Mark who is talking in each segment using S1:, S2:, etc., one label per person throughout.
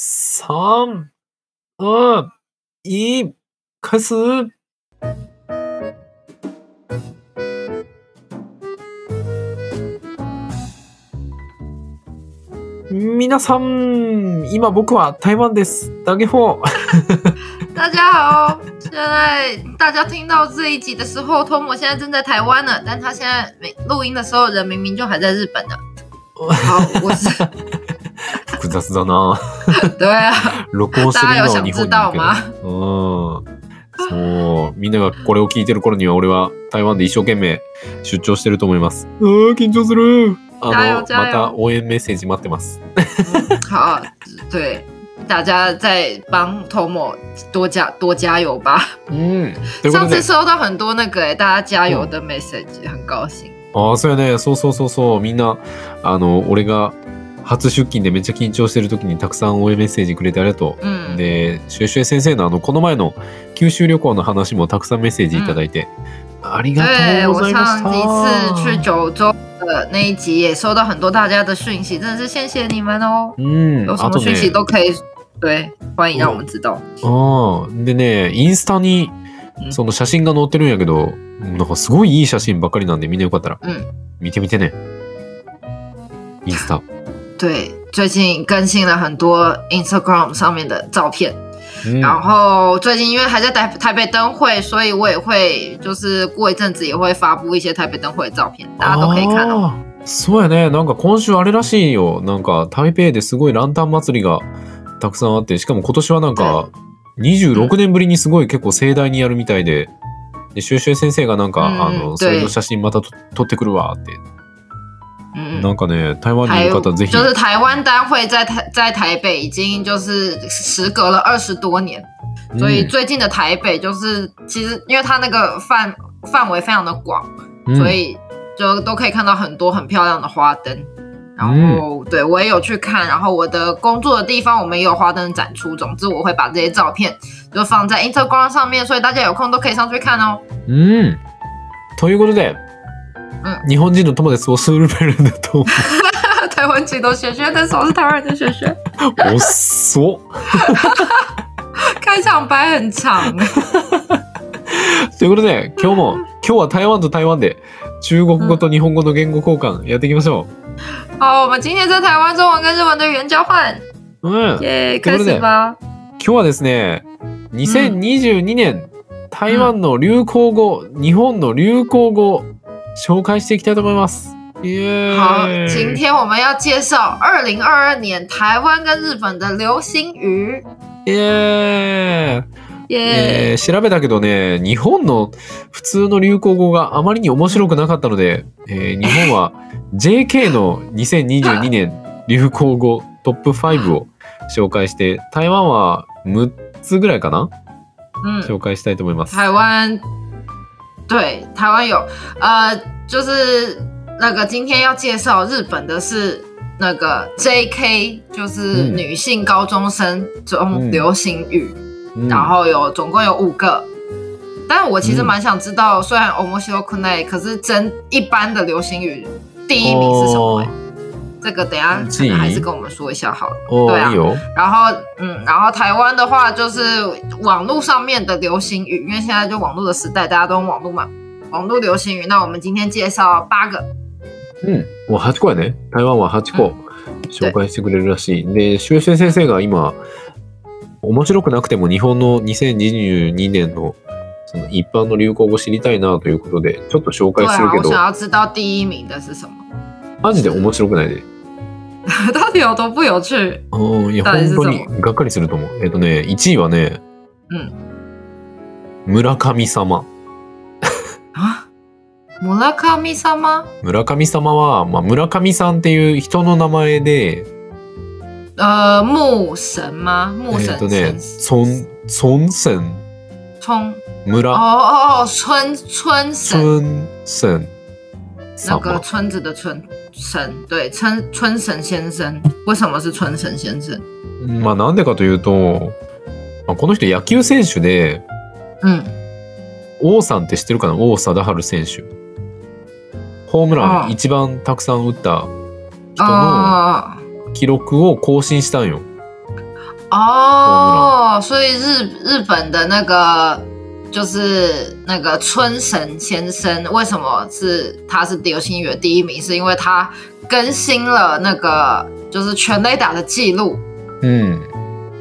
S1: 三、二、一、开始。皆さん、今僕は台湾です。打给我。
S2: 大家好，现在大家听到这一集的时候，托姆现在正在台湾呢，但他现在没录音的时候，人明明就还在日本呢。好，我是
S1: 複雑だな。
S2: 对 啊，
S1: 録音す
S2: 大家
S1: るの
S2: 有
S1: は
S2: 想
S1: 日本にい
S2: 知道
S1: るけど
S2: 吗？
S1: うん。そう、みんながこれを聞いてる頃には俺は台湾で一生懸命出張してると思います。うー緊張する。
S2: 加
S1: あの、
S2: 油
S1: ま
S2: 加油
S1: た応援メッセージ待ってます。
S2: 嗯好，对，大家再帮托姆多加多加油吧。
S1: うん。というこ
S2: 上
S1: とで
S2: 次。收到很多那个、诶大家加油的 message，、很高兴。
S1: ああ、そうやね。そうそうそうそう。みんな、あの、俺が初出勤でめっちゃ緊張してる時にたくさん応援メッセージくれてありがとう。
S2: 嗯，
S1: で、シュエシュエ先生のあの、この前の九州旅行の話もたくさんメッセージいただいて、ありが
S2: 对
S1: とうご
S2: 我
S1: ざいました。
S2: 上一次去九州的那一集也收到很多大家的讯息，真的是谢谢你们哦。
S1: うん、
S2: 有什
S1: あ
S2: 么
S1: と
S2: 讯
S1: ね
S2: 息、都可以，对，欢迎让我们知道。
S1: ああ、でね、インスタに
S2: うん
S1: その写真が載ってるんやけど、なんかすごいいい写真ばっかりなんで、みんなよかったら
S2: うん
S1: 見てみてね。インスタ。
S2: 对，最近更新了很多 Instagram 上面的照片，
S1: うん
S2: 然后最近因为还在台台北灯会，所以我也会就是过一阵子也会发布一些台北灯会的照片，大家都可以看哦。
S1: あーそうやね。なんか今週あれらしいよ。なんか台北ですごいランタン祭りがたくさんあって、しかも今年はなんか26年ぶりにすごい結構盛大にやるみたいで、で、シュウシュウ先生がなんか、
S2: うん
S1: あの、
S2: 对
S1: それの写真またと撮ってくるわって。
S2: 嗯
S1: な
S2: 嗯，
S1: んかね、台湾にいる方ぜひ。
S2: 就是台湾灯会在台在台北已经就是时隔了二十多年，
S1: うん
S2: 所以最近的台北就是其实因为它那个范范围非常的广，
S1: うん
S2: 所以就都可以看到很多很漂亮的花灯。然后，对我也有去看。然后我的工作的地方，我们也有花灯展出。总之，我会把这些照片就放在 Instagram 上面，所以大家有空都可以上去看哦。
S1: うん。ということで、
S2: う
S1: 日本人の友達をスールベルだ と思
S2: 台湾籍的雪雪，但是我是台湾人的雪雪。
S1: う。おっそ
S2: 开场白很长，
S1: ということで、今日も、今日は台湾と台湾で中国語と日本語の言語交換やっていきましょ
S2: 好，我们今天在台湾中文跟日文的语言交换，
S1: う。うん。今
S2: 耶、开始吧。
S1: 日はですね、2022年、台湾の流行語、日本の流行語、紹介していきたいと思います。イエ
S2: 好，
S1: ー
S2: 今
S1: イ
S2: 天我们要介绍二零二二年台湾跟日本的流行语，
S1: イエーイえ
S2: 耶、
S1: ー調べたけどね日本の普通の流行語があまりに面白くなかったので、えー日本は JK の2022年流行語トップ5を紹介して台湾は6つぐらいかな
S2: 嗯。
S1: 紹介したいと思います。
S2: 台湾，对，台湾有，呃，就是那个今天要介绍日本的是那个 J.K.，就是
S1: 嗯
S2: 女性高中生
S1: 嗯
S2: 中流行语，
S1: うん
S2: 然后有总共有五个。但我其实
S1: 嗯
S2: 蛮想知道，虽然 omoshio kunai，可是真一般的流行语第一名是什么、
S1: おー
S2: 这个等一下可
S1: 记忆
S2: 能还是跟我们说一下好了。
S1: おー
S2: 对啊
S1: いいよ。
S2: 然后，嗯，然后台湾的话就是网络上面的流行语，因为现在就网络的时代，大家都用网络嘛。网络流行语，那我们今天介绍八个，
S1: うん、もう8個やね。台湾は8
S2: う
S1: 個紹介してくれるらしい。で、修正先生が今、面白くなくても日本の2022年のその一般の流行語知りたいなということで、ちょっと紹
S2: 对
S1: 介する
S2: 啊，
S1: け
S2: 我
S1: ど
S2: 想、要知道第一名的是什么，
S1: マジで面白くないで。
S2: 到底有多不有趣？
S1: うん、いや、
S2: 大事
S1: 本
S2: そう
S1: 当にがっかりすると思う。えっとね、1位はね、
S2: うん
S1: 村神様。
S2: 啊，摩拉卡米萨吗？
S1: 村神様は、まあ、村上さんっていう人の名前で、
S2: 呃，木神吗？
S1: え
S2: 木
S1: っ
S2: 神
S1: とね、
S2: 村
S1: 村、村神、
S2: 村
S1: 村、
S2: 哦哦哦，村村神
S1: 村神
S2: 那个
S1: 様。
S2: 村子的村神，对，村村神先生，为什么是村神先生？
S1: まあなんでかというと、まあ、この人野球選手で
S2: 嗯。
S1: 王さんって知ってるかな王貞治選手ホームラ
S2: ああ
S1: ン一番たくさん打った人の
S2: 哦
S1: 記録を更新したんよ。
S2: 哦哦，所以日日本的那个就是那个春神先生，为什么是他是流行音乐第一名？是因为他更新了那个就是全垒打的记录。
S1: うん。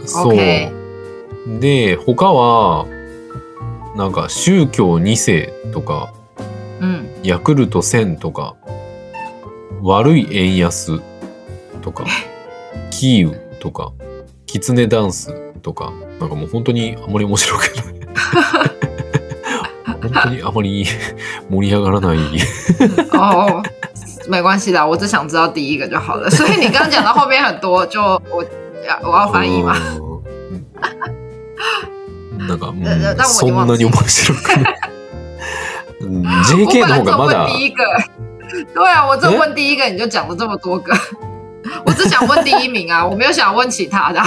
S1: そう。
S2: OK
S1: で、他は、なんか、宗教2世とか、
S2: 嗯，
S1: ヤクルト1000とか、悪い円安とか、キーウとか、キツネダンスとか、なんかもう本当にあまり面白くない。本当にあまり盛り上がらない。
S2: 哦，没关系的，我只想知道第一个就好了。所以你刚刚讲到后面很多，就我要我要翻
S1: 哦
S2: 译嘛。
S1: うんうんなんか、うん
S2: だだだ
S1: そんなに面白くない。うん JK の方が
S2: 我
S1: まだ
S2: 本来就问第一个， 对啊，我只问第一个你就讲了这么多个， 我只想问第一名啊，我没有想问其他的啊。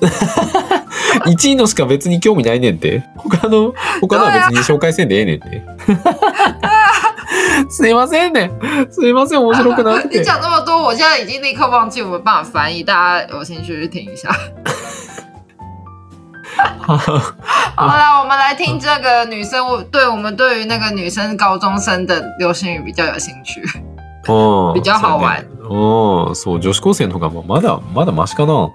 S1: 1位のしか別に興味ないねんて他の他のは別に紹介せんでええねんてすいませんねすいません面白くなく
S2: 你
S1: て
S2: 讲这么多，我现在已经立刻忘记我们办法翻译，大家有兴趣去听一下。好啦，我们来听这个女生，我对我们对于那个女生高中生的流行语比较有兴趣。
S1: うん
S2: 比較好玩
S1: そうねうんそう女子高生の方がまだまだマシかな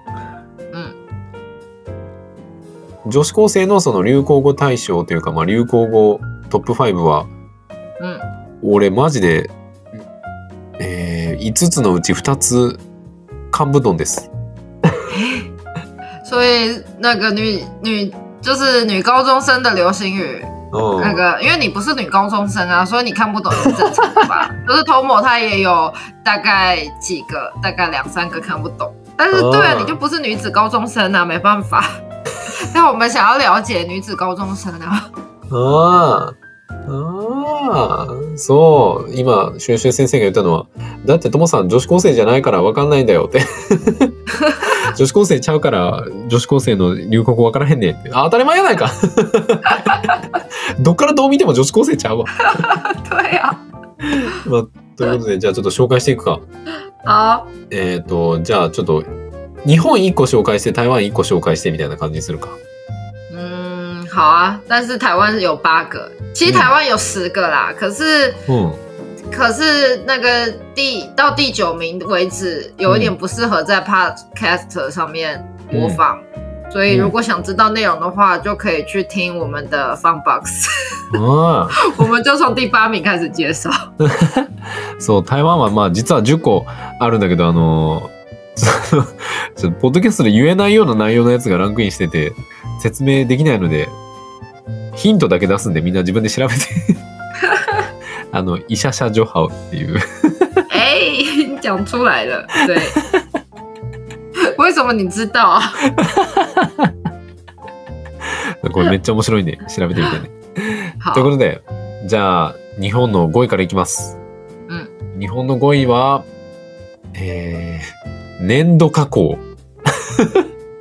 S1: 女子高生のその流行語大賞というか、まあ、流行語トップ5は
S2: 嗯
S1: 俺マジで、えー、5つのうち2つ幹部丼です。
S2: 嗯，所以那个女女就是女高中生的流行语，
S1: うん
S2: 那个，因为你不是女高中生啊，所以你看不懂是正常的 吧？就是头某他也有大概几个，大概两三个看不懂。但是对啊，
S1: 哦
S2: 你就不是女子高中生啊，没办法。 但我们想要了解女子高中生啊，
S1: ああ、ああ、そう、今、シュンシュン先生が言ったのは、だってともさん女子高生じゃないからわかんないんだよって。女子高生ちゃうから、女子高生の流行語わからへんねんって。あ、当たり前やないか。どっからどう見ても女子高生ちゃうわ。
S2: 对啊，
S1: まあ、ということで、じゃあちょっと紹介していくか。
S2: 好，
S1: えっ、と、じゃあちょっと、日本1個紹介して、台湾1個紹介してみたいな感じにするか。
S2: 嗯，好啊。但是台湾有八个，其实
S1: 嗯
S2: 台湾有十个啦，可是
S1: うん。
S2: 可是那个第到第九名为止，有一点不适合在 Podcast 上面播放，所以如果想知道内容的话，就可以去听我们的 Fun Box，
S1: ああ。
S2: 我们就从第八名开始介绍。
S1: そう、台湾はまあ実は10個あるんだけど、あの ーちょっとポッドキャストで言えないような内容のやつがランクインしてて、説明できないので、ヒントだけ出すんでみんな自分で調べて。あの、医者者女ハウっていう。
S2: 哎、你讲出来了，对。为什么你知道啊？
S1: これめっちゃ面白いんで、調べてみてね。
S2: 好
S1: という，ことで、じゃあ、日本の5位からいきます。
S2: う
S1: 日本の5位は、えー、粘土加工。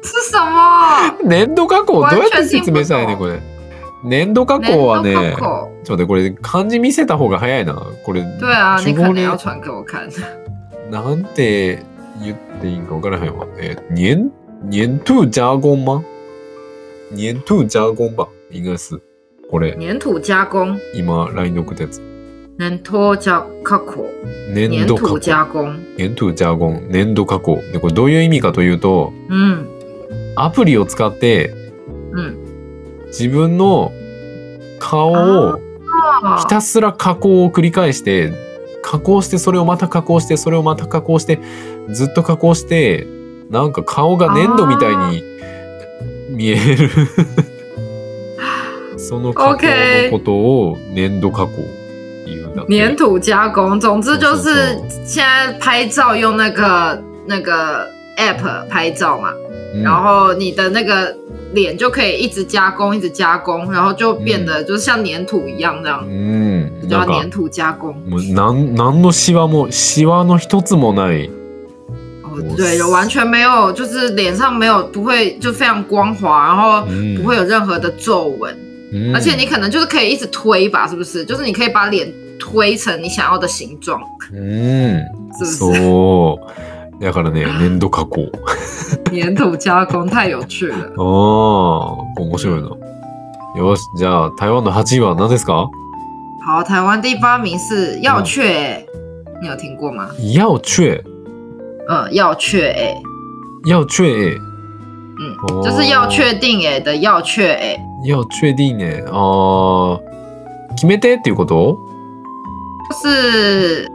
S2: 是什 么？
S1: 粘土加工どうやって
S2: 完全に
S1: 説明したらいいね、これ。粘土加工はね、
S2: 粘土口
S1: ちょっと待って、これ漢字見せた方が早いな。これ、
S2: 对啊，你可
S1: 中国
S2: 能
S1: ね
S2: 要传给我看。
S1: なんて言っていいんか分からへんわ。えー、ニェン、ニェントゥジャーゴンマニェントゥジャーゴンバ。应该是。これ、
S2: 粘土加工，
S1: 今、LINE で送ったやつ。
S2: 粘土加加工，
S1: 粘
S2: 粘
S1: 土加
S2: 土
S1: 工。
S2: 加工，
S1: 粘土ジャーゴン、粘土加工。で、これどういう意味かというと、
S2: 嗯
S1: アプリを使って
S2: 嗯。
S1: 自分の顔をひたすら加工を繰り返して加工してそれをまた加工してそれをまた加工してずっと加工してなんか顔が粘土みたいに見え るその加工のことを粘土加工っていうんだって
S2: 粘土加工，总之就是
S1: 没
S2: 现在拍照用那个那个 app 拍照嘛，
S1: うん
S2: 然后你的那个脸就可以一直加工，一直加工，然后就变得就是像粘土一样这样，
S1: うんな
S2: 叫
S1: ん
S2: 粘
S1: か
S2: 土加工。
S1: もうなんなんのシワもシワの一つもない
S2: 哦，对，有完全没有，就是脸上没有不会就非常光滑，然后
S1: 嗯
S2: 不会有任何的皱纹，
S1: うん
S2: 而且你可能就是可以一直推吧，是不是？就是你可以把脸推成你想要的形状，
S1: うん
S2: 是不是？
S1: そう。だからね、粘土加工。
S2: 粘土加工太有趣了。
S1: ああ、面白いな。よし、じゃあ台湾の8位は何ですか
S2: 好，台湾第八名是药雀、你有听过吗？
S1: 要却
S2: 嗯，药雀哎，
S1: 要却
S2: 嗯，
S1: 哦
S2: 就是要确定哎的要确哎，
S1: 要确定ね。あー決めてっていうこと
S2: 就是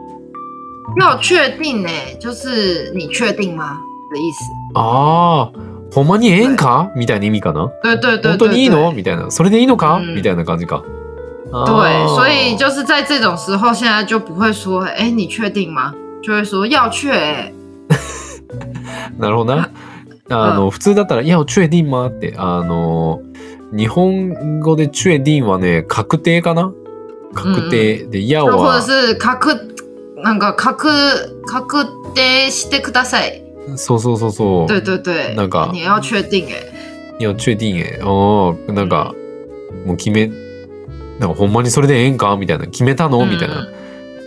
S2: 要确定哎，就是你确定吗的意思？
S1: ああ、ほんまにええんかみたいな意味かな
S2: 对对对
S1: 本
S2: 对
S1: 当
S2: 对，
S1: にいいのみたいな。それでいいのか、
S2: うん
S1: みたいな感じか。
S2: 对，
S1: 哦
S2: 所以
S1: ゃ
S2: 就是在这种时候，现在就不会说哎、你确定吗？就会说要确哎，
S1: なるほ どな。あの、普通だったら、いや、チュエディンマって、あの、日本語でチュエディンはね、確定かな確定で、いや
S2: 那或者
S1: は、
S2: 是卡克那个卡克卡克得してください。
S1: そうそうそうそう。
S2: 对对对，
S1: 那个
S2: 你要确定哎、
S1: 要确定え。おーなんか、もう決め、なんかほんまにそれでええんかみたいな。決めたのみたいな。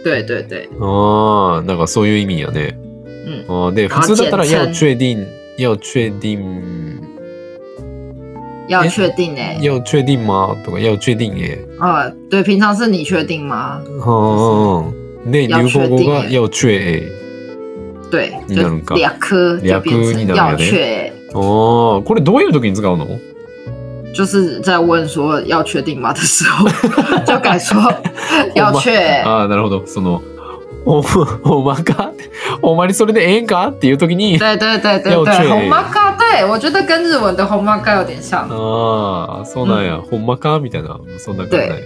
S2: 对对对，
S1: ああ、なんかそういう意味やね。
S2: 嗯，
S1: あーで、
S2: あ
S1: 普通だったら、
S2: 简称
S1: 要确定、要确定、
S2: 要确定哎、
S1: 要确定吗とか、要确定え。
S2: 呃，对，平常是你确定吗？
S1: うん。で、流
S2: 要
S1: 行
S2: 确定
S1: 語が、
S2: え
S1: 要确え。
S2: 对，
S1: 你
S2: 就
S1: 哪能搞
S2: 两颗就
S1: 两
S2: 变
S1: 颗你哪
S2: 成
S1: 能
S2: 要
S1: 搞
S2: 确、欸，
S1: ああ、これどういう時に使うの
S2: 就是在问说要确定吗的时候， 就 改说要确、欸。
S1: ああ、なるほど。その、お、ほんまか ほんまにそれでええんかっていう時に、
S2: 对对对对
S1: 要确
S2: 对，
S1: 欸
S2: 红马嘎，对我觉得跟日文的红马嘎有点像。
S1: ああ、そうなんや、ほんまかみたいな、そんな感じなんや。だか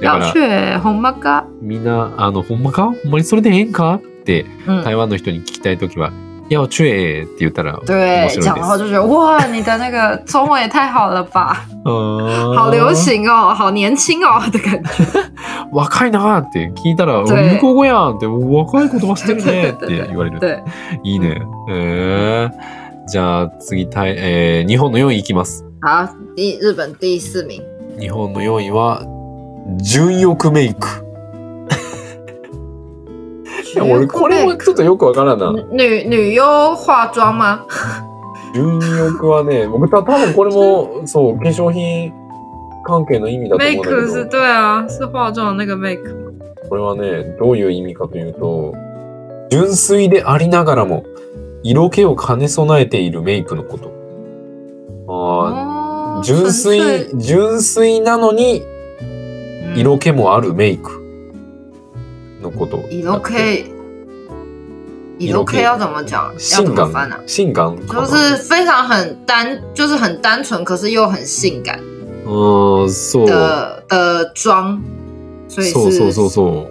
S2: 要
S1: ら、
S2: 确欸红马嘎，
S1: みんな、あの、ほんまかほんまにそれでええんかって、台
S2: 嗯，
S1: 湾の人に聞きたいときは、いや、チュエーって言ったら、面
S2: 对，
S1: 白い
S2: 讲
S1: で
S2: 的话
S1: す。
S2: 就觉得哇，你的那个中文也太好了吧，好
S1: 好
S2: 流。行哦，好年轻哦的感觉。
S1: 若いなーって聞いたら、
S2: 对
S1: 向こう語やんって、若い言葉してるねって言われる。
S2: 对，
S1: いいね。えー、じゃあ次、タイえー日本の4位いきます。
S2: 好，第日本第四 名。
S1: 日本の4位は、純欲メイク。いや、俺、これもちょっとよくわからんな。
S2: 女女优化妆吗？
S1: 純欲はね、僕た多分これも、そう、化粧品関係の意味だと思うんだ
S2: make
S1: けど。
S2: 是对啊，是化妆的那个 make 吗。
S1: これはね、どういう意味かというと、純粋でありながらも、色気を兼ね備えているメイクのこと。あ
S2: 哦
S1: ー純粋、純粋なのに、
S2: 嗯
S1: 色気もあるメイクのこと。
S2: 色気，
S1: 色
S2: 色
S1: 気
S2: 気要怎么讲？要
S1: 性
S2: 怎么翻啊
S1: 感、？性感か
S2: 就
S1: な。
S2: 是非常很单，就是很单纯，可是又很性感
S1: うーん、そう。
S2: 的的妆，所以是
S1: そうそうそうそ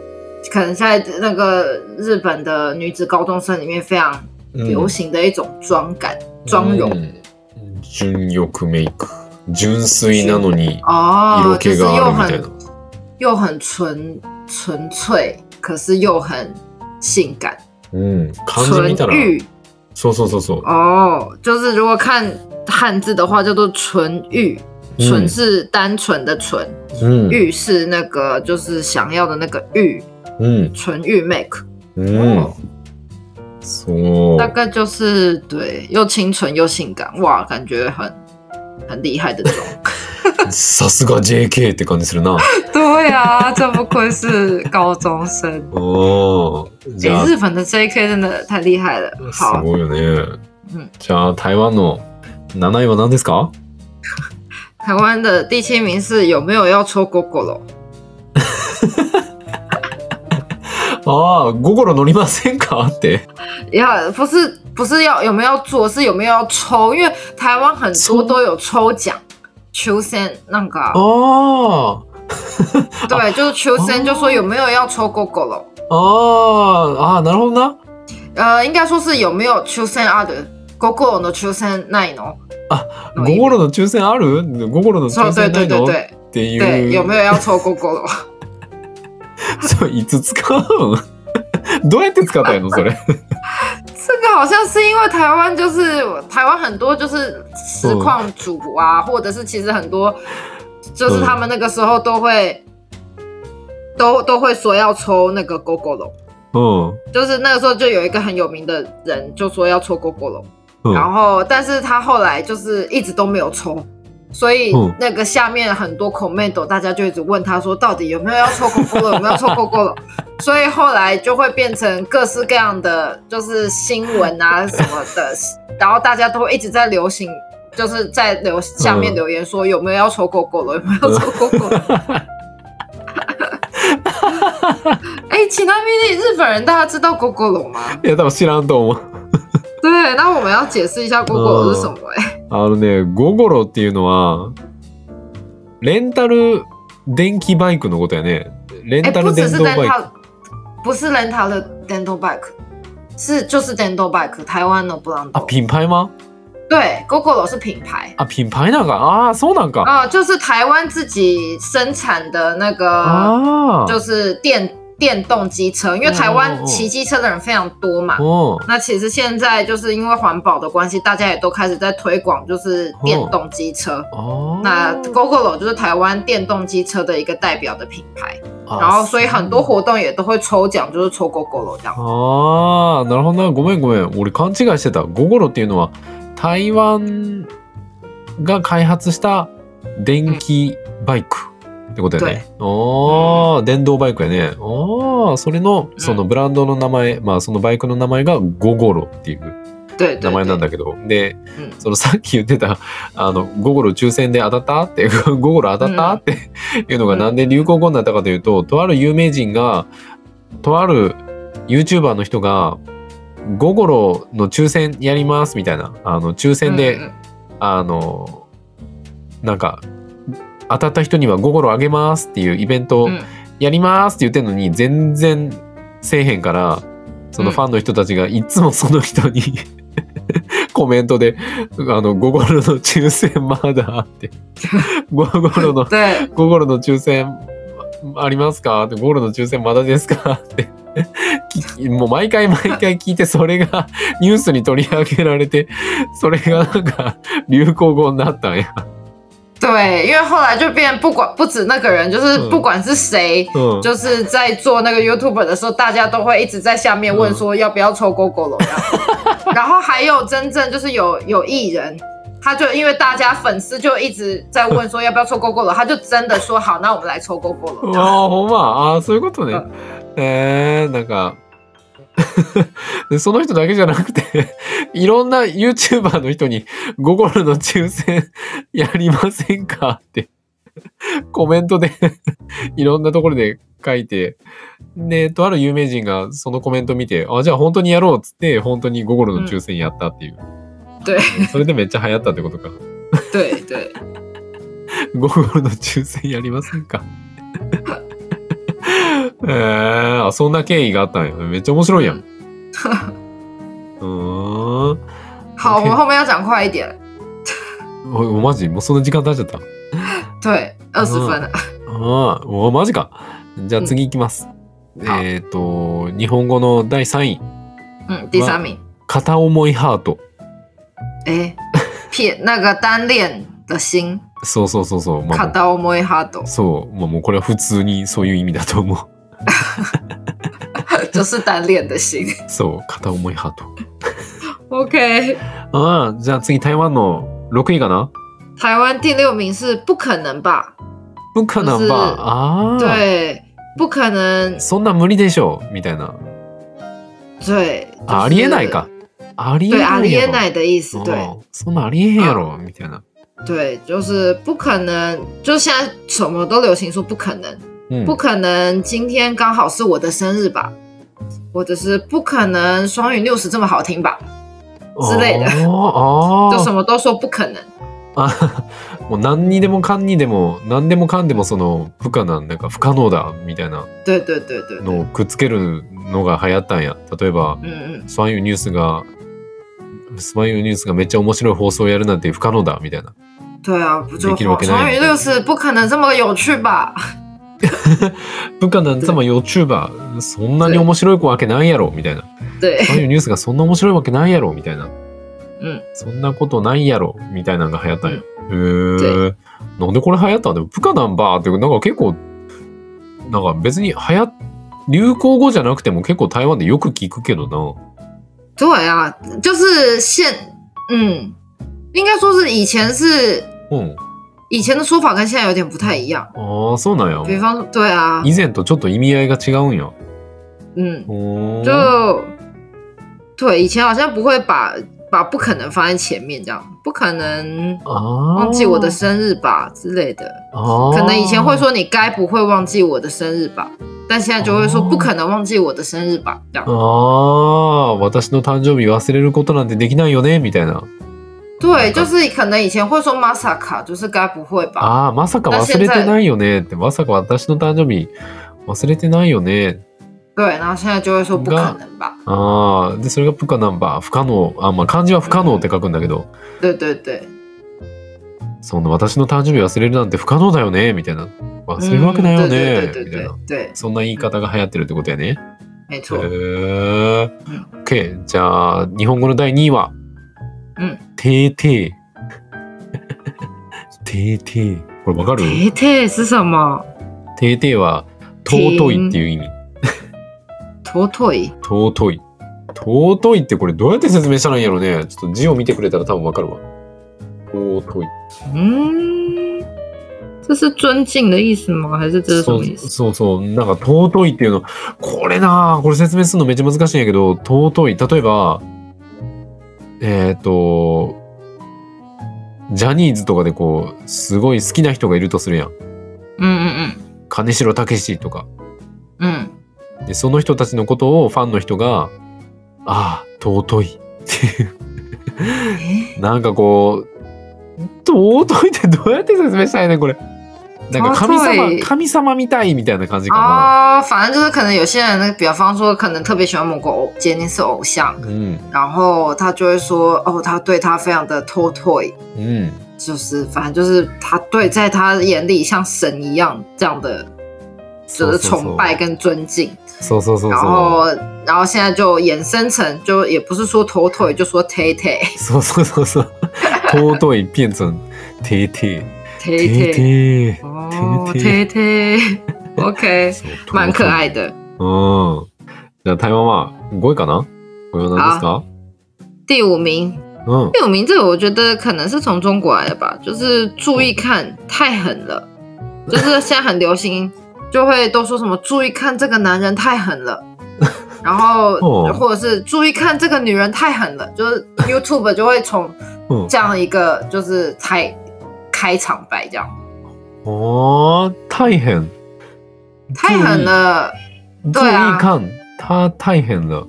S2: 可能在那个日本的女子高中生里面非常
S1: う。うん
S2: 流行的一种妆感、
S1: 嗯
S2: 妆容。
S1: うん純欲メイク。純粋なのに、色，
S2: 哦就
S1: 気
S2: 是又
S1: があるみたい
S2: 很
S1: な。
S2: 又很纯纯粹，可是又很性感，
S1: うん。漢字
S2: 纯
S1: 見たら、
S2: 欲
S1: そうそうそうそう。
S2: 哦，就是如果看汉字的话，叫做纯欲，纯
S1: 嗯
S2: 是单纯的纯，
S1: うん。
S2: 欲是那个就是想要的那个欲，
S1: うん。
S2: 纯欲 make，
S1: うん。そう。
S2: 大概就是对，又清纯又性感，哇，感觉很很厉害的妆。
S1: さすが JK って感じするな。あ
S2: 对啊，这不愧是高中生。
S1: あ。じ
S2: 哎、
S1: ゃあ、
S2: 日本的 JK 真的太厉害了。
S1: す
S2: 好，
S1: ごいよね
S2: うん。
S1: じゃあ、台湾の7位は何ですか
S2: 台湾的第七名是有没有要戳狗狗了？
S1: ああ、ゴゴロ乗りませんかって。
S2: 要不是不是要有没有要做，是有没有要抽？因为台湾很
S1: 抽
S2: 多都有抽奖，秋生那个啊、
S1: あ
S2: 对，就是秋
S1: 哦
S2: 生就说有没有要抽狗狗了？
S1: あ。ああ。ああ、なるほどな。
S2: 呃，应该说是有没有秋生啊的狗狗的秋生那一种。
S1: ゴゴロの抽選あるゴゴロの
S2: 抽
S1: 抽
S2: 对
S1: 選な
S2: 对
S1: い
S2: 对
S1: のっ
S2: 对
S1: て
S2: 对，
S1: い
S2: 有
S1: う
S2: 没。有要抽狗狗了？
S1: そう、いつ使うん どうやって使ったんやのそれ。
S2: 这个好像是因为台湾就是台湾很多就是实况主播啊，或者是其实很多就是他们那个时候都会、都都会说要抽那个狗狗龙，
S1: う嗯
S2: 就是那个时候就有一个很有名的人就说要抽狗狗龙，然
S1: 嗯
S2: 后但是他后来就是一直都没有抽，所以
S1: 嗯
S2: 那个下面很多 comment 大家就一直问他说到底有没有要抽狗狗龙，有没有抽狗狗龙， 所以后来就会变成各式各样的就是新闻啊什么的，然后大家都会一直在流行。就是在留下面
S1: 嗯
S2: 留言说有没有要抽狗狗了，有没有要抽狗狗了？ 哎、其他秘密日本人，大家知道狗狗龙吗？
S1: いや多分知らんと思う
S2: 对，那我们要解释一下 Gogoro 是什么、欸？
S1: あのね、ゴゴロっていうのは、レンタル電気バイクのことやね。レン
S2: 哎、
S1: タ
S2: 不
S1: ル
S2: 只
S1: 電
S2: 是
S1: 動バイ
S2: dental，
S1: ク。
S2: 不是 dental 的 dental bike，是就是 dental bike，台湾的不让
S1: あ、
S2: 动。
S1: 啊品牌吗
S2: 对，Gogoro 是品牌
S1: あ、品牌なんか。あー、そうなんか。
S2: 啊、就是台湾自己生产的那个，
S1: あ
S2: 就
S1: ー。
S2: 是电电动机车，因为台湾骑机车的人非常多嘛。
S1: お
S2: 那其实现在就是因为环保的关系，大家也都开始在推广就是电动机车。
S1: あ
S2: 那
S1: ー
S2: GoGoRo 就是台湾电动机车的一个代表的品牌，
S1: あ
S2: 然后所以很多活动也都会抽奖，就是抽 GoGoRo 这样。
S1: あー、なるほどな。ごめんごめん。俺勘違いしてた。ゴゴロっていうのは、台湾が開発した電気バイクってことやね。ああ、電動バイクやね。ああ、それの、そのブランドの名前、まあそのバイクの名前がゴゴロっていう
S2: 对对
S1: 名前なん
S2: 对，
S1: だけど。で、
S2: 嗯
S1: そのさっき言ってた、あの、ゴゴロ抽選で当たったって、 ゴゴロ当たったっていうのが
S2: うん
S1: なんで流行語になったかというと、とある有名人が、とある YouTuber の人が、ゴゴロの抽選やりますみたいな、あの、抽選で、
S2: 嗯
S1: あの、なんか、当たった人にはゴゴロあげますっていうイベントを
S2: 嗯
S1: やりますって言ってんのに、全然せえへんから、そのファンの人たちがいつもその人にコメントで、あの、ゴゴロの抽選まだって、ゴゴロの
S2: 嗯，、对
S1: ゴゴロの抽選ありますかって、ゴゴロの抽選まだですかって、きもう毎回毎回聞いて、それがニュースに取り上げられて、それがなんか流行語になったんや。
S2: 对，因为后来就变不管不止那个人，就是
S1: 嗯
S2: 不管是谁。
S1: うん。
S2: 就是在做那个 YouTube 的时候，大家都会一直在下面
S1: 嗯
S2: 问说要不要抽 GoGo 了，然后还有真正就是有有艺人，他就因为大家粉丝就一直在问说要不要抽 GoGo 了，他就真的说好，那我们来抽 GoGo 了。
S1: ああ、ほんま。ああ、そういうことね
S2: うん。
S1: えー、なんか で、その人だけじゃなくて、 いろんな YouTuber の人に、ゴゴロの抽選やりませんかって、コメントで、 いろんなところで書いて、で、とある有名人がそのコメント見て、あ、じゃあ本当にやろうっつって、本当にゴゴロの抽選やったっていう。
S2: 对
S1: それでめっちゃ流行ったってことか。
S2: 对对，
S1: ゴールの抽選やりませんか えー、あそんな経緯があったんや。めっちゃ面白いやん。うーん。
S2: 好，我
S1: OK
S2: 们后面要讲快一点了。
S1: おおマジもうそんな時間経っちゃった。
S2: 对，二十分了。
S1: ああ、おマジか。じゃあ次行きます。えっ、と、日本語の第3位。
S2: 嗯，第三名，
S1: 片思いハート。
S2: 哎，撇那个单恋的心，
S1: そうそうそうそう。ま
S2: 卡
S1: あ、も
S2: 到莫伊哈斗
S1: う，そう。まあ、もうこれは普通にそういう意味だと思う。
S2: 就是单恋的心。
S1: そう。片思いハート。
S2: OK，
S1: ああ、じゃあ次台湾の6位かな
S2: 台湾第六名是不可能吧？
S1: 不可能
S2: 就是
S1: 吧？あ
S2: 嗯
S1: あ。
S2: 对，不可能，
S1: そんな無理でしょみたいな。
S2: 对，就是
S1: あありえないか。。ありえ
S2: 对，
S1: な
S2: 阿
S1: い
S2: 里耶哦
S1: やろ。
S2: 奶的意思，对
S1: うんそんなありえへんやろみたいな。
S2: 对，就是不可能，就现在什么都流行说不可能，
S1: うん
S2: 不可能，今天刚好是我的生日吧，或者是不可能双语六十这么好听吧，之類的
S1: あーあ
S2: 就
S1: ー
S2: 什么都说不可能，
S1: あもう何にでもかんにでも何でもかんでもその不可能なんか不可能だみたいな
S2: 对对对对对，
S1: のをくっつけるのが流行ったんや。例えば
S2: 嗯嗯，
S1: スワインニュースがスワインニュースがめっちゃ面白い放送をやるなんて不可能だみたいな。
S2: 对啊，不就
S1: できるわけない
S2: 双语六十不可能这么有趣吧？
S1: 不可能様 YouTuber そんなに面白いわけないやろみたいな。
S2: 对，
S1: ああいうニュースがそんな面白いわけないやろみたいな。
S2: うん。
S1: そんなことないやろみたいなのが流行ったんよ。へえ。なんでこれ流行ったんだよ。プカナンバーって、なんか結構、なんか別に流行っ流行語じゃなくても結構台湾でよく聞くけどな。
S2: 对啊，就是现，嗯，应该说是以前是
S1: うん。
S2: 以前的说法跟现在有点不太一样。
S1: ああ、そうなん
S2: 比
S1: や。
S2: 方说，对啊，
S1: 以前とちょっと意味合いが違うんや。
S2: 嗯，
S1: お
S2: 就、
S1: ー
S2: 对，以前好像不会把把不可能放在前面，这样不可能
S1: あ
S2: 忘记我的
S1: ー
S2: 生日吧之类的。
S1: あー
S2: 可能以前会说你该不会忘记我的生日吧，但现在就会说
S1: 哦
S2: 不可能忘记我的生日吧，这样。
S1: ああー、私の誕生日忘れることなんてできないよね、みたいな。
S2: 对，就是可能以前会说 masaka，就是该不会吧。
S1: ああ、まさか忘れてないよねって、まさか私の誕生日忘れてないよね。
S2: 对，然后现在就会说不可能吧。
S1: ああ、で、それが不可能ば、不可能。あまあ、漢字は不可能って書くんだけど、
S2: 对对对，
S1: その私の誕生日忘れるなんて不可能だよね、みたいな。忘啊れるわけないよね
S2: 嗯对对、对
S1: みたい
S2: 对
S1: な。
S2: 对，
S1: そんな言い方が流行ってるってことやね。
S2: 没
S1: へ
S2: 错。
S1: え。OK。じゃあ、日本語の第2位は、
S2: うん。
S1: てー てー。てーてー。これわかる
S2: 贴贴是什么？
S1: てーてーは、尊いっていう意味。
S2: 妥腿。
S1: 尊い。尊いってこれどうやって説明したらいいんやろね。ちょっと字を見てくれたら多分わかるわ。尊い。
S2: 嗯，这是尊敬的意思吗？还是这是什
S1: そう
S2: 么意思？
S1: そうそう。なんか尊いっていうの。これなあこれ説明するのめっちゃ難しいんやけど、尊い。例えば、えっ、と、ジャニーズとかでこう、すごい好きな人がいるとするやん。
S2: 嗯嗯
S1: 金城武史とか。
S2: 嗯嗯，
S1: で、その人たちのことをファンの人が、ああ、尊いっていう。
S2: 诶
S1: なんかこう、尊いってどうやって説明したいね、これ。なんか神
S2: 尊
S1: 様、
S2: い
S1: 神様みたいみたいな感じか
S2: 啊、反正就是可能有些人，那个比方说，可能特别喜欢某个偶，今天是偶像，
S1: な。うん。
S2: 然后他就会说，哦，他对他非常的脱腿，
S1: うん。
S2: 就是反正就是他对在他眼里像神一样这样的，
S1: そ
S2: 就
S1: う
S2: 是
S1: そうそう
S2: 崇拜跟尊敬。
S1: そうそうそう
S2: 然
S1: そ
S2: 后，然后现在就衍生成，就也不是说脱腿，就说 t a t a
S1: う。そうそうそう そう。尊い变成てて
S2: t a
S1: て
S2: t
S1: て
S2: a 哦 t a t a OK，
S1: そう
S2: 蛮可
S1: い。
S2: 爱的。
S1: うん。じゃあ台湾は5位かな ?5 位は何ですか
S2: 第五名，
S1: うん。
S2: 第五名这个我觉得可能是从中国来的吧，就是注意看太狠了，就是现在很流行，就会都说什么注意看这个男人太狠了，然后、
S1: 哦
S2: 或者是注意看这个女人太狠了，就是 YouTube 就会从
S1: うん。
S2: 这样一个就是开开场白这样，
S1: おー、大変。
S2: 太狠了，
S1: 注意。注意看。他大変了。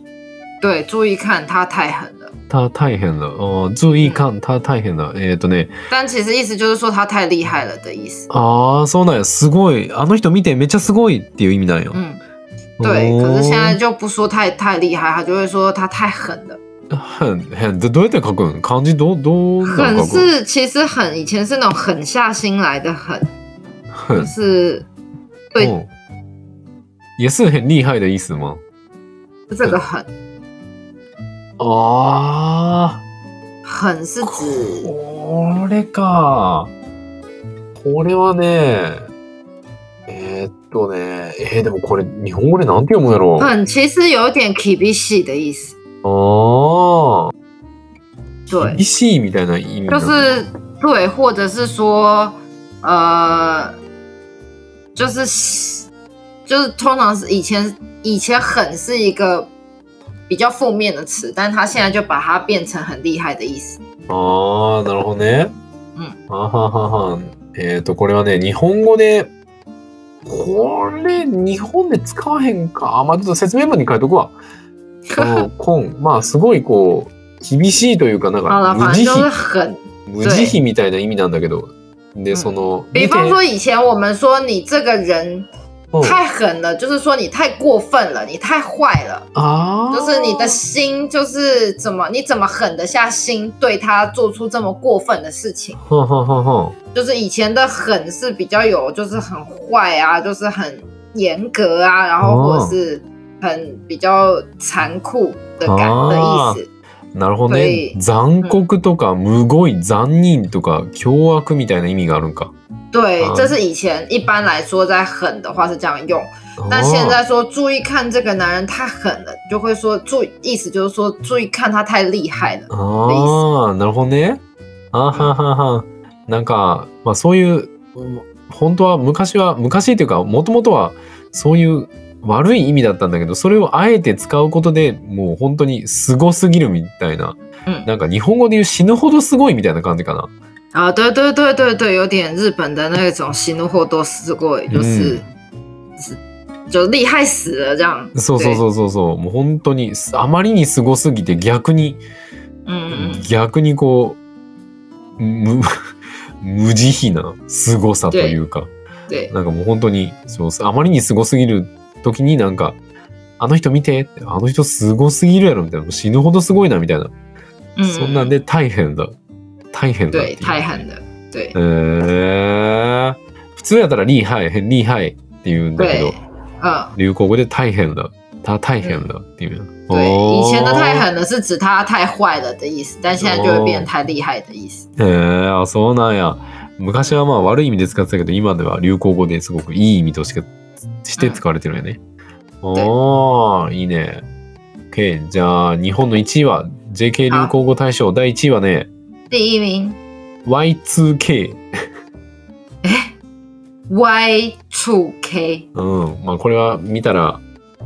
S2: 对，注意看他太狠了，
S1: 他大変了。哦、注意看。他大変了。えっ、ー、とね。
S2: 但其实意思就是说他太厉害了的意思，
S1: あー、そうなんや。すごい。あの人見てめっちゃすごいっていう意味なんよ。
S2: 嗯。对，
S1: おー
S2: 可是现在就不说太太厉害，他就会说他太狠了。
S1: 変、変。 どどうやって書くん漢字どう、どうなん
S2: 狠
S1: か書くん
S2: 是其实狠，以前是那种狠下心来的狠，就
S1: 変。
S2: 是对
S1: 嗯，也是很厉害的意思吗？
S2: 这个狠。
S1: あ
S2: 狠是
S1: あ、
S2: 指
S1: これか。これはね、えー、っとね、えー、でもこれ日本語でなんて読むんやろ
S2: 狠，其实有点 k i b i s h 的意思。
S1: ああ、
S2: 对，
S1: 厳しいみたいな意味
S2: 就
S1: なの。
S2: 是对，或者是说呃，就是就是通常是以前以前狠是一个比较负面的词，但他现在就把它变成很厉害的意思。
S1: ああ、なるほどね。
S2: うん
S1: あははは。えっ、と、これはね、日本語で、これ、日本で使わへんか。あまあ、ちょっと説明文に書いとくわ。うん、コン。まあ、すごいこう、厳しいというか、なん
S2: 好
S1: か、
S2: 了，
S1: 無
S2: 反正
S1: 慈
S2: 就是
S1: 悲。
S2: 狠。
S1: 無慈悲みたいな意味なんだけど。で、
S2: うん
S1: その、
S2: 比
S1: 見て
S2: 方说，以前我们说你这个人
S1: うん
S2: 太狠了，就是说你太过分了，你太坏了，
S1: あー
S2: 就是你的心就是怎么你怎么狠得下心对他做出这么过分的事情？
S1: はははは。
S2: 就是以前的狠是比较有，就是很坏啊，就是很严格啊，然后或者是很比较残酷的感的
S1: 哦
S2: 意思。
S1: なるほど
S2: は
S1: ね
S2: い。
S1: 残酷とか、むごい、残忍とか、凶悪みたいな意味があるんか。
S2: 对
S1: 啊，
S2: 这是以前一般来说在狠的话是这样用，但
S1: 哦
S2: 现在说注意看这个男人太狠了，就会说注意，意思就是说注意看他太厉害了。
S1: ああ、なるほどね。あははは。なんか、まあそういう、うん本当は昔は、昔っていうか、もともとはそういう悪い意味だったんだけど、それをあえて使うことでもう本当にすごすぎるみたいな。
S2: うん
S1: なんか日本語で言う死ぬほどすごいみたいな感じかな。
S2: 啊，对对对对对，有点日本的那种喜怒或多思过，就是、
S1: 嗯
S2: 是就厉害死了这样。
S1: そうそう
S2: 对
S1: そうそうそう。もう本当に、あまりにすごすぎて逆に、
S2: 嗯，
S1: 逆にこう、無、 無慈悲な凄さというか。
S2: 对，
S1: なんかもう本当にそうあまりにすごすぎる時になんか「あの人見て」って「あの人すごすぎるやろ」みたいな「死ぬほどすごいな」みたいな、
S2: 嗯，
S1: そんなんで大変だ大変だってい
S2: 对，
S1: う
S2: 太狠了，对
S1: へー普通やったら「リーハイ」「リーハイ」って言うんだけど
S2: 对，嗯。
S1: 流行語で「大変だ」「他大変だ」っていう、
S2: 对，
S1: おー
S2: 以前的太狠了是指他太坏了的意思，但现在就会变成太厉害的意思。
S1: へえあそうなんや昔はまあ悪い意味で使ってたけど今では流行語ですごくいい意味としてして使われてるよね、おーいいね OK じゃあ日本の1位は JK 流行語大賞第1位はね
S2: 第一名
S1: Y2K
S2: Y Two K，
S1: うんまあこれは見たら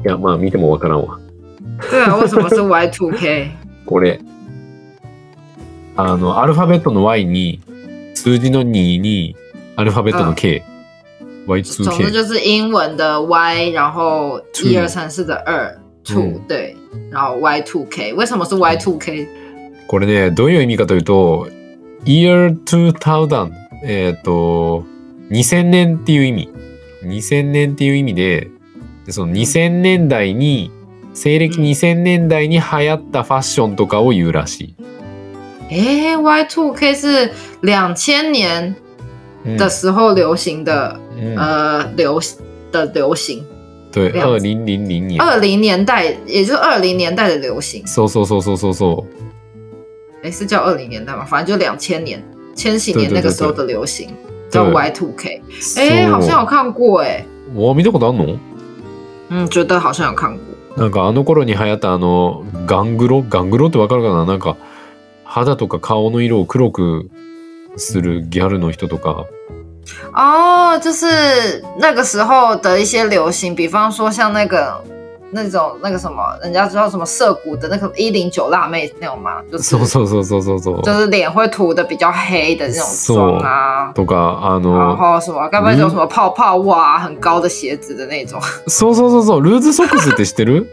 S1: いやまあ見てもわからんわ
S2: 对啊，为什么 是 Y Two K？
S1: これあのアルファベットの Y に数字の2にアルファベットの K、
S2: 总之
S1: Y2K
S2: 就是英文的 Y，然后
S1: Two
S2: 一二三四的二 Two，
S1: 嗯
S2: 对，然后 Y Two K，为什么是 Y Two K？
S1: これね、どういう意味かというと、year 2000、えっ、と、2000年っていう意味。2000年っていう意味で、でその2000年代に、西暦
S2: うん
S1: 2000年代に流行ったファッションとかを言うらしい。
S2: 诶 y Two K 是两千年
S1: うん
S2: 的时候流行的，
S1: うん
S2: 呃，流的流行，
S1: 对、
S2: 这样
S1: 二
S2: 子
S1: 零零零年。
S2: 二零年代，也就是二零年代的流行。
S1: そうそうそうそうそうそう。
S2: 哎，是叫二零年代吗？反正就两千年、千禧
S1: 对
S2: 年
S1: 对
S2: 那个
S1: 对
S2: 时候
S1: 对
S2: 的流行，叫
S1: 对
S2: Y Two K。哎，好像有看过哎，
S1: そうお見たことあんの
S2: 嗯，觉得好像有看过。
S1: なんかあの頃に流行ったあのガングロガングロってわかるかななんか肌とか顔の色を黒くするギャルの人とか
S2: 哦，就是那个时候的一些流行，比方说像那个那种那个什么，人家知道什么涩谷的那个一零九辣妹那种嘛，就是
S1: そうそうそうそうそうそう
S2: 就是脸会涂的比较黑的那种妆啊。
S1: とかあ
S2: 然
S1: の
S2: 后什么，该不会有什么泡泡袜、啊、很高的鞋子的那种？
S1: そうそうそうそうルーズソックスって知ってる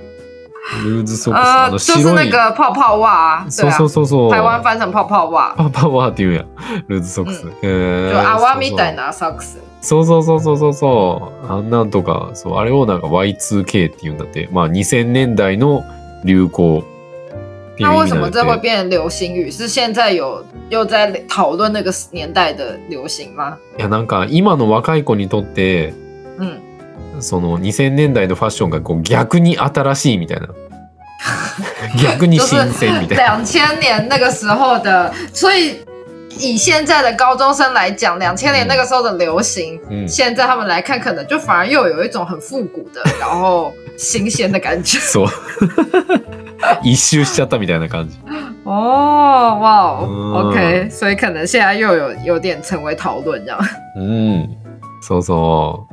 S1: ルーズソックスあ
S2: 呃，
S1: の
S2: 就是
S1: 白
S2: 那
S1: い
S2: 个泡泡袜啊，对
S1: そう
S2: 啊
S1: そ，うそうそう
S2: 台湾翻成泡泡袜，
S1: パパワーって言うんやルーズソックス
S2: うん
S1: へ
S2: 就
S1: ー
S2: 阿哇咪
S1: そうそう
S2: 代拿啊 socks。
S1: そうそうそうそうそうそう。あんなんとか、そう、あれをなんか Y2K っていうんだって。まあ2000年代の流行っていう
S2: 那
S1: 意
S2: 为
S1: 味
S2: 什么
S1: なん
S2: 这
S1: だ
S2: 会
S1: って。
S2: 变成流行语？是现在有又在讨论那个年代的流行吗？
S1: いやなんか今の若い子にとって、
S2: 嗯，
S1: その2000年代のファッションがこう逆に新しいみたいな。逆に
S2: 就是
S1: 新鮮みたいな。
S2: 两千年那个时候的，所以以现在的高中生来讲，两千年那个时候的流行，
S1: 嗯
S2: 现在他们来看，可能就反而又有一种很复古的，然后新鲜的感觉。
S1: そう。一周しちゃったみたいな感じ。
S2: 哦，哇
S1: 嗯
S2: 哦，OK，所以可能现在又有有点成为讨论这样。
S1: うん。そうそ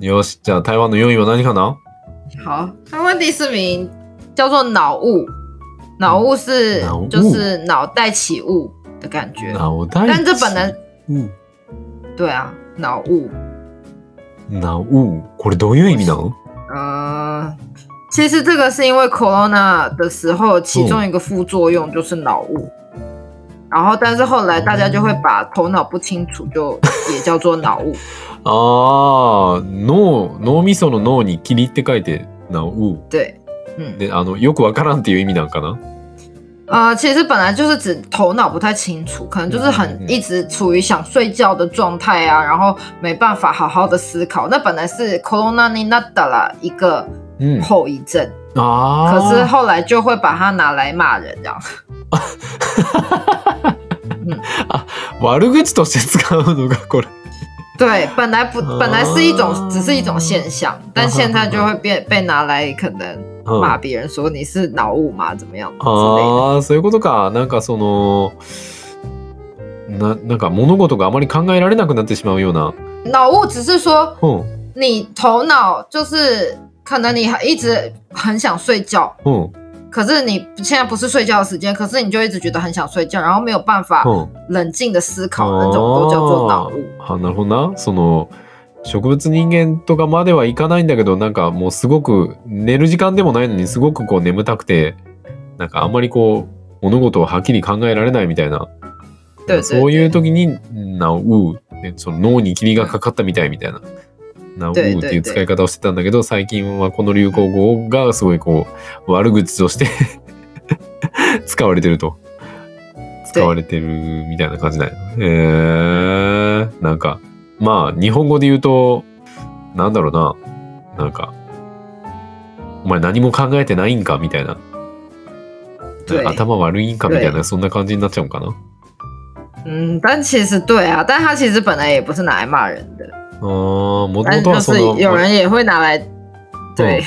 S1: う。よし、じゃあ台湾の4位は何かな嗯
S2: 好，台湾第四名叫做脑雾，脑雾是
S1: 嗯脑雾
S2: 就是脑袋起雾的感觉，
S1: 直太
S2: 但这本来
S1: うん
S2: 对啊，脑雾，
S1: なおこれどういう意味なの
S2: 呃，其实这个是因为 corona 的时候，其中一个副作用就是脑雾。然后，但是后来大家就会把头脑不清楚就也叫做脑雾，
S1: ああ脳脳みその脳に霧って書いてなお
S2: 对，嗯，
S1: であのよくわからんっていう意味なんかな
S2: 呃，其实本来就是指头脑不太清楚，可能就是很
S1: 嗯嗯嗯
S2: 一直处于想睡觉的状态啊，然后没办法好好的思考。那本来是 corona ni nada 啦一个
S1: うん
S2: 后遗症，
S1: 哦
S2: 可是
S1: あ
S2: 后来就会把它拿来骂人，这样。
S1: あ悪口として使うのがこ れ。
S2: 对，本来不
S1: 啊
S2: 本来是一种只是一种现象，但现在就会
S1: 嗯
S2: 变被拿来可能
S1: うん
S2: 骂别人说你是脑雾嘛，怎么样之类的。
S1: ああそういうことかなんかそのななんか物事があまり考えられなくなってしまうような、
S2: 脑雾只是说
S1: うん
S2: 你头脑就是可能你一直很想睡觉，
S1: うん
S2: 可是你现在不是睡觉的时间，可是你就一直觉得很想睡觉，然后没有办法
S1: うん、
S2: 冷静的思考，那种都叫做脑雾。
S1: あなるほどなその植物人間とかまではいかないんだけどなんかもうすごく寝る時間でもないのにすごくこう眠たくてなんかあんまりこう物事をはっきり考えられないみたいな
S2: 对对
S1: そう
S2: 对
S1: いう時に「なう」ねその脳に霧がかかったみたいみたいな「なう」って
S2: で
S1: い
S2: で
S1: う使い方をしてたんだけど最近はこの流行語がすごいこう悪口として 使われてると使われてるみたいな感じなんやへえー、なんかまあ日本語で言うとなんだろうななんか「お前何も考えてないんか」みたいな「
S2: 对
S1: 頭悪いんか」みたい
S2: 对
S1: なそんな感じになっちゃうんかな
S2: 嗯，但其实对啊，但他其实本来也不是拿来骂人的，
S1: ああ、もとも
S2: 但
S1: と
S2: 就
S1: はそ
S2: 是
S1: の、
S2: 有人也会拿来。
S1: 哦
S2: 对，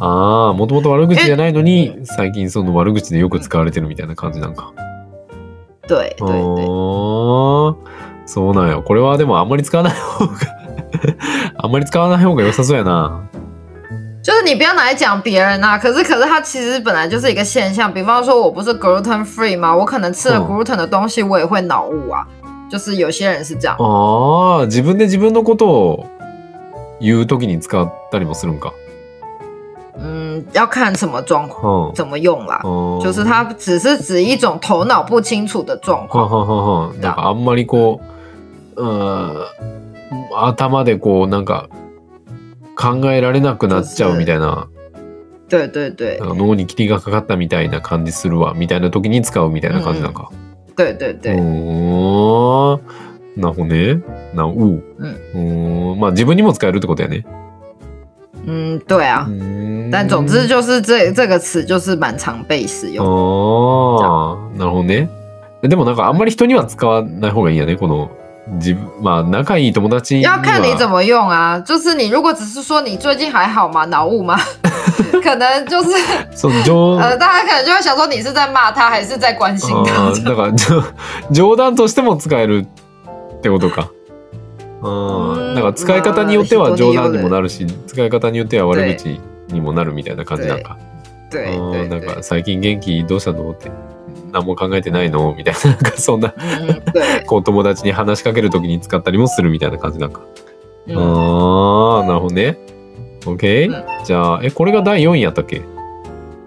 S1: ああ、もともと悪口じゃないのに
S2: え、
S1: 最近その悪口でよく使われてるみたいな感じなんか。
S2: 对
S1: あ
S2: 对对，
S1: ーそうなんよ。これはでもあんまり使わない方が、 あんまり使わない方が良さそうやな。
S2: 就是你不要拿来讲别人啊。可是可是它其实本来就是一个现象，比方说我不是 gluten free 吗？我可能吃了
S1: 嗯
S2: gluten 的东西，我也会脑雾啊。就是有些人是这样，
S1: 哦ああ、自分で自分のことを言うときに使ったりもするんか。
S2: 嗯，要看什么状况
S1: うん。
S2: 怎么用啦。
S1: あー
S2: 就是它只是指一种头脑不清楚的状
S1: は
S2: 况。
S1: はははなんかあんまりこう、うーん、頭でこうなんか考えられなくなっちゃうみたいな、
S2: 对对对
S1: なんか脳に霧がかかったみたいな感じするわみたいな時に使うみたいな感じなんか。
S2: 对对
S1: うー
S2: 对，
S1: ん、なるほどね。なおう。うーん、まあ自分にも使えるってことやね。
S2: 嗯，对啊。
S1: うーん
S2: 但总之就是这这个词就是蛮常被使
S1: 哦
S2: 用的。
S1: ああ、なるほどね。でもなんかあんまり人には使わない方がいいやね、この自分、まあ仲いい友達には
S2: 要看你怎么用啊，就是你如果只是说你最近还好吗，脑雾吗？ 可能就是
S1: その情
S2: 呃，大家可能就会想说你是在骂他还是在关心他
S1: あ。ーだからじょ冗談としても使えるってことか。うん、
S2: ん
S1: なんか使い方によって
S2: ま
S1: は
S2: あ
S1: 冗
S2: 人による
S1: 談にもなるし、使い方によっては悪口にもなるみたいな感じなんか。
S2: 对
S1: う
S2: 对
S1: んなん
S2: 对
S1: か，最近元気どうしたのって何も考えてないのみたいななんかそんな
S2: 嗯， 对，
S1: こう友達に話しかけるときに使ったりもするみたいな感じなんか。哦あ
S2: 嗯，
S1: あなるほどね。OK、じゃあえこれが第4位やったっけ？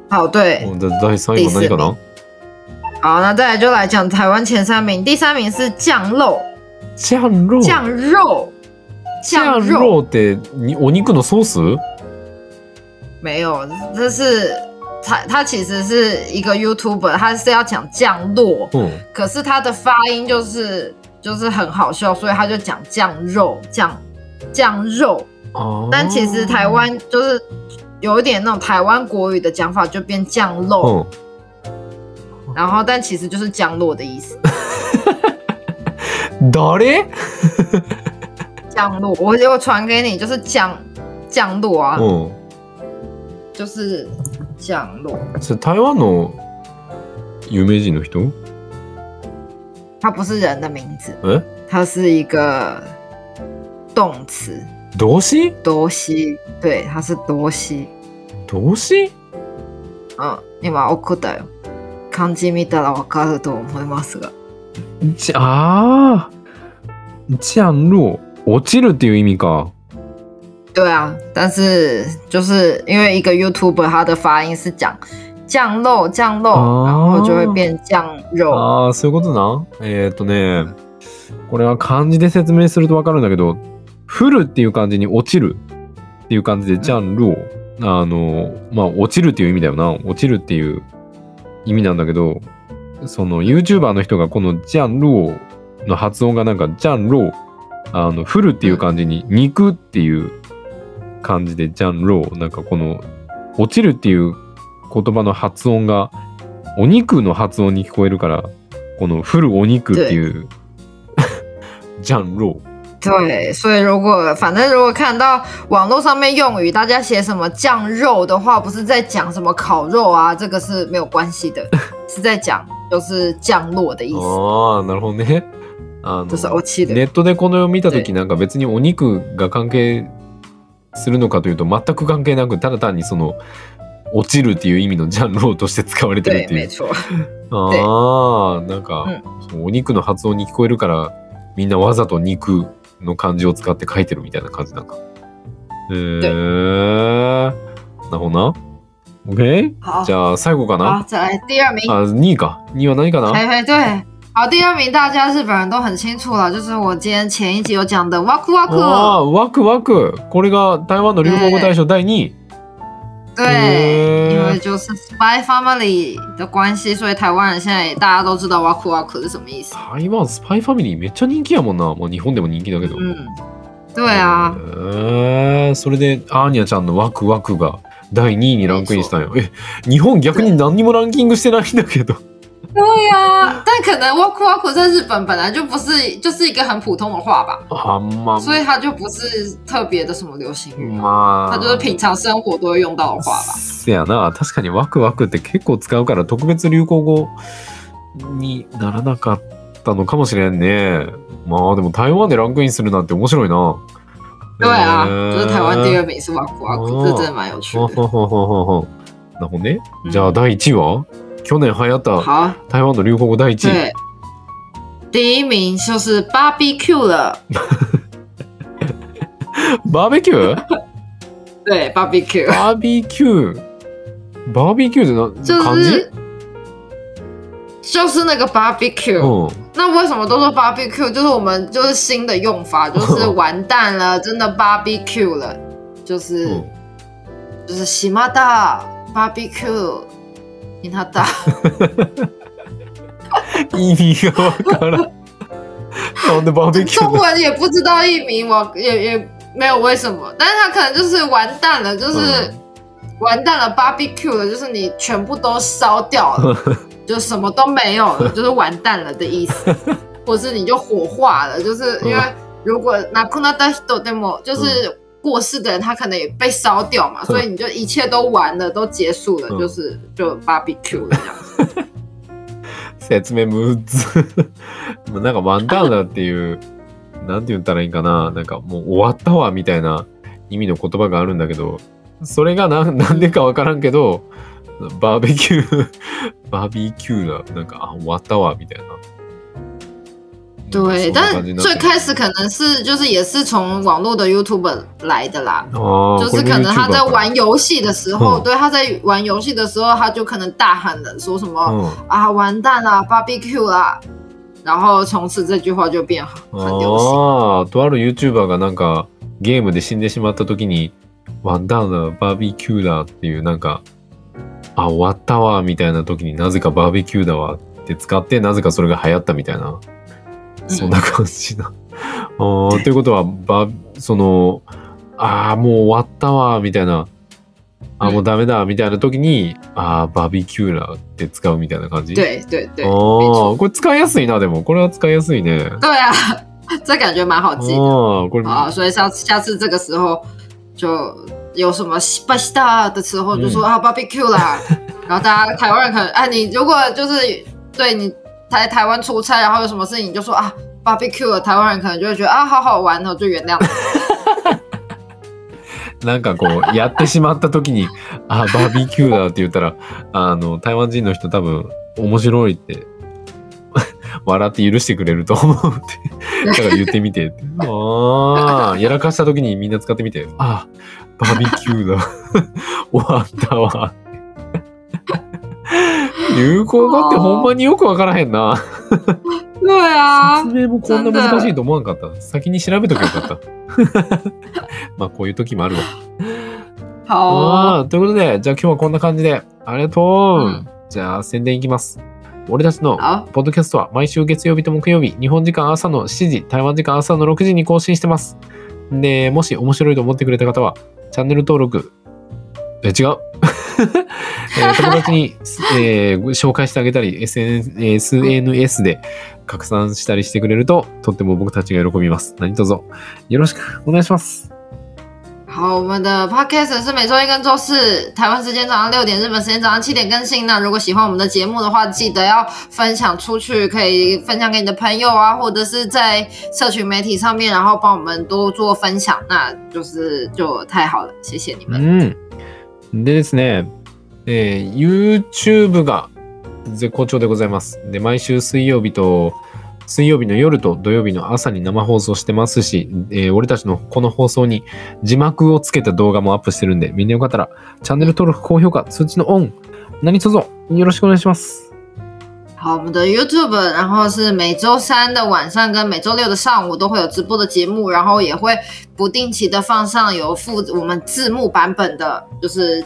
S2: 好，对，
S1: うんじゃあ第3位は何かな？
S2: 好，那再来就来讲台湾前三名，第三名是酱肉，
S1: ジャンロー。
S2: 酱肉，
S1: チャンローってにお肉のソース
S2: 没有，这是他他其实是一个 YouTuber，他是要讲降落，
S1: うん。
S2: 可是他的发音就是就是很好笑，所以他就讲酱肉酱酱肉，
S1: あー
S2: 但其实台湾就是有一点那种台湾国语的讲法，就变酱
S1: う
S2: 肉，
S1: ん。
S2: 然后但其实就是降落的意思。
S1: 誰
S2: 降落，我我传给你，就是降降落啊，
S1: う
S2: 就是降落，
S1: ん。それ台湾の有名人の人
S2: 它不是人的名字，
S1: え
S2: 它是一个动词，
S1: 動詞
S2: 多西，对，它是多西。
S1: 動詞
S2: 嗯，今送ったよ。漢字見たらわかると思いますが。
S1: ちあーチャンロー。落ちるっていう意味か。
S2: 对啊，但是就是因为一个 YouTuber 他的发音是讲酱肉酱肉，
S1: 哦
S2: 然后就会变酱肉。
S1: ああ、そういうことな。えー、っとね、これは漢字で説明するとわかるんだけど、降るっていう漢字に落ちるっていう感じで、ジャンルを、あの、まあ、落ちるっていう意味だよな。落ちるっていう意味なんだけど、その YouTuber の人がこのジャンルをの発音がなんか、ジャンルを、あの、降るっていう漢字に、肉っていう感じで、ジャンルを、なんかこの、落ちるっていう言葉の発音 が、お肉の発音に聞こえるから、この「フルお肉」っていう降落。
S2: 对，所以如果反正如果看到网络上面用语，大家写什么酱肉的话，不是在讲什么烤肉啊，这个是没有关系 的，是在讲就是降落的意思，
S1: ああ、なるほどね。あの
S2: 就是欧气的。
S1: ネットでこの絵を見た時なんか別にお肉が関係するのかというと全く関係なくただ単にその落ちるっていう意味のジャンルとして使われてる
S2: 对
S1: っ，てい
S2: 没
S1: う
S2: 错，
S1: ああなんか、そのお肉の発音に聞こえるからみんなわざと肉の漢字を使って書いてるみたいな感じなんかへえー、なるほどな OK
S2: 好
S1: じゃあ最後か
S2: 好，
S1: な
S2: 再来第二名，
S1: あ2位か2位は何かな
S2: 哎哎对，好，第二名大家日本人都很清楚了，就是我今天前一集有讲的哇酷哇
S1: あ
S2: 酷，
S1: ーワクワクこれが台湾の流行語大賞第2位
S2: 对，
S1: へ
S2: 因
S1: ー
S2: 为就是 Spy Family 的关系，所以台湾人现在也大家都知道哇酷哇酷是什么意思。
S1: 台湾スパイファミリーめっちゃ人気やもんな。まあ日本でも人気だけど。
S2: 嗯，对啊，
S1: へーそれでアーニャちゃんのワクワクが第2位にランクインしたんよ。え、日本逆に何にもランキングしてないんだけど。
S2: 对啊，但可能 walk walk 在日本本来就不是，就是一个很普通的话吧，
S1: あんま。
S2: 所以它就不是特别的什么流行
S1: 嗯
S2: 语，
S1: まあ。
S2: 它就是平常生活都会用到的话吧。
S1: せやな。確かにワクワクって結構使うから特別流行語にならなかったのかもしれんね。まあでも台湾でランクインするなんて面白いな。
S2: 对啊，就是台湾第
S1: へー
S2: 二名是 walk walk，
S1: 哦
S2: 这真的蛮有趣
S1: ほう
S2: 的。
S1: ほうほうほうほうほうなるほどね。
S2: 嗯
S1: じゃあ第1位は去年流行った
S2: 好，
S1: 台湾の流行語第1位。
S2: 对，第一名就是 barbecue 了，
S1: バーベキュー
S2: 对 barbecue
S1: バーベキューバーベキューって
S2: 就
S1: な漢字
S2: 是就是那个 barbecue，、
S1: うん。
S2: 那为什么都说 barbecue？就是我们就是新的用法，就是完蛋了，真的 barbecue 了，就是、
S1: うん
S2: 就是喜马大 barbecue，你他大，
S1: 意味がわからん。なんでバーベキュ
S2: 中
S1: ー
S2: 文也不知道译名，我也也没有为什么，但是他可能就是完蛋了，就是、
S1: 嗯
S2: 完蛋了 barbecue 了，就是你全部都烧掉了， 就什么都没有了，就是完蛋了的意思，或是你就火化了，就是因为如果拿库纳达西多 demo
S1: 嗯
S2: 就是过世的人，他可能也被烧掉嘛，所以你就一切都完了，都结束了，
S1: 嗯
S2: 就是就 barbecue 了这样。
S1: 説明むず。もうなんかワンダーナっていう、なんて言ったらいいんかな。なんかもう終わったわみたいな意味の言葉があるんだけど、それがななんでかわからんけど、バーベキュー、バーベキューな、なんか、あ、終わったわみたいな。なんかそん
S2: 对，
S1: な
S2: 但
S1: 感じになって
S2: 最开始可能是就是也是从网络的 YouTube 来的啦，
S1: あー
S2: 就
S1: これ
S2: 是
S1: も
S2: 可能他
S1: YouTuber
S2: 在
S1: か
S2: 玩游戏的时候，
S1: 嗯
S2: 对，他在玩游戏的时候，他就可能大喊了说什么、
S1: うん
S2: 啊，完蛋啦，barbecue 啦，然后从此这句话就变很很流行。
S1: ああ、とある YouTuber がなんかゲームで死んでしまった時に、ワンダーナー、バーベキューだっていうなんか、あ、終わったわみたいな時になぜかバーベキューだわって使って、なぜかそれが流行ったみたいな、そんな感じな。 ああ、ということは、ば、その、ああ、もう終わったわみたいな、あーもうダメだみたいな時に、ああ、バーベキューだって使うみたいな感じ。
S2: 对对对，
S1: あ
S2: 没错
S1: あ、これ使いやすいな、でも。これは使いやすいね。
S2: 对啊， 这感觉蛮好记的
S1: ああ、これ、
S2: 啊。所以下次下次这个时候就有什么西巴西大的时候，就说、啊 barbecue 啦，然后大家台湾人可能哎、你如果就是对你在台湾出差，然后有什么事情你就说啊 barbecue 了，台湾人可能就会觉得啊好好玩哦，就原谅你。
S1: なんかこう、やってしまった時に、あ、バーベキューだって言ったら、あの、台湾人の人多分、面白いって、 笑って許してくれると思うって、だから言ってみてって。ああ、やらかした時にみんな使ってみて、あ、バーベキューだ。 終わったわ。流行語ってほんまによくわからへんな。
S2: 对啊
S1: 説，明もこんな難しいと思わんかった。先に調べとけばよかった。 まあ、こういう時もあるわ。
S2: 好哦、
S1: あーということで、じゃあ今日はこんな感じで、ありがとう、
S2: うん
S1: じゃあ宣伝いきます。俺たちの
S2: 好。
S1: ポッドキャストは毎週月曜日と木曜日、日本時間朝の7時、台湾時間朝の6時に更新してます。で、もし面白いと思ってくれた方は、チャンネル登録、え、違う。 えー友達に、えー紹介してあげたり SNS, えー SNS で拡散したりしてくれるととっても僕たちが喜びます何卒よろしくお願いします
S2: 好，我们的 podcast 是每周一跟周四，台湾时间早上六点，日本时间早上七点更新。那如果喜欢我们的节目的话，记得要分享出去，可以分享给你的朋友啊，或者是在社群媒体上面，然后帮我们多做分享，那就是就太好了，谢谢你们。
S1: うん。でですね、えー YouTube が絶好調でございます。で、毎週水曜日と、水曜日の夜と土曜日の朝に生放送してますし、えー俺たちのこの放送に字幕をつけた動画もアップしてるんで、みんなよかったら、チャンネル登録、高評価、通知のオン、何卒よろしくお願いします。
S2: 好，我们的 YouTube，然后是每周三的晚上跟每周六的上午都会有直播的节目，然后也会不定期的放上有附我们字幕版本的，就是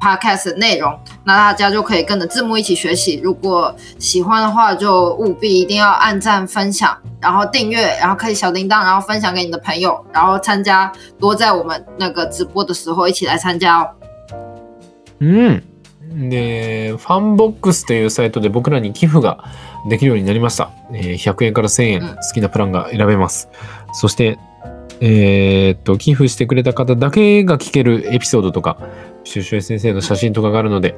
S2: Podcast 的内容，那大家就可以跟着字幕一起学习。如果喜欢的话，就务必一定要按赞、分享，然后订阅，然后开启小铃铛，然后分享给你的朋友，然后参加多在我们那个直播的时候一起来参加哦。
S1: うん。で、ファンボックスというサイトで僕らに寄付ができるようになりました。えー100円から1000円、
S2: うん
S1: 好きなプランが選べます。そして、えーっと、寄付してくれた方だけが聞けるエピソードとか、シュウシュウ先生の写真とかがあるので、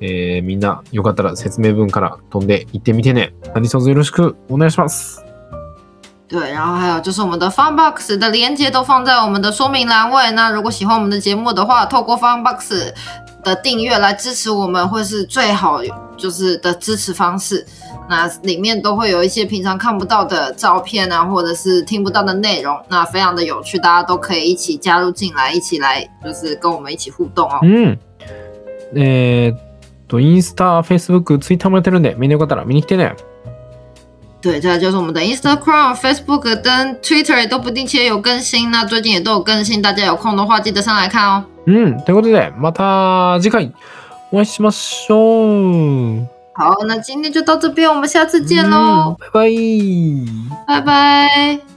S1: えーみんなよかったら説明文から飛んで行ってみてね。何卒よろしくお願いします。
S2: 对，然后还有就是我们的 Funbox 的链接都放在我们的说明栏位。那如果喜欢我们的节目的话，透过 Funbox 的订阅来支持我们，会是最好就是的支持方式。那里面都会有一些平常看不到的照片啊，或者是听不到的内容，那非常的有趣，大家都可以一起加入进来，一起来就是跟我们一起互动哦。
S1: うん。えーっと、インスタ、フェイスブック、ツイッターもやってるんで、みんなよかったら見に来てね。
S2: 对，这就是我们的 Instagram、Facebook 跟 Twitter 都不定期地有更新，那最近也都有更新，大家有空的话记得上来看哦。
S1: うん。ということで、また次回お会いしましょう。
S2: 好，那今天就到这边，我们下次见喽，
S1: うんバイバイ。
S2: 拜拜。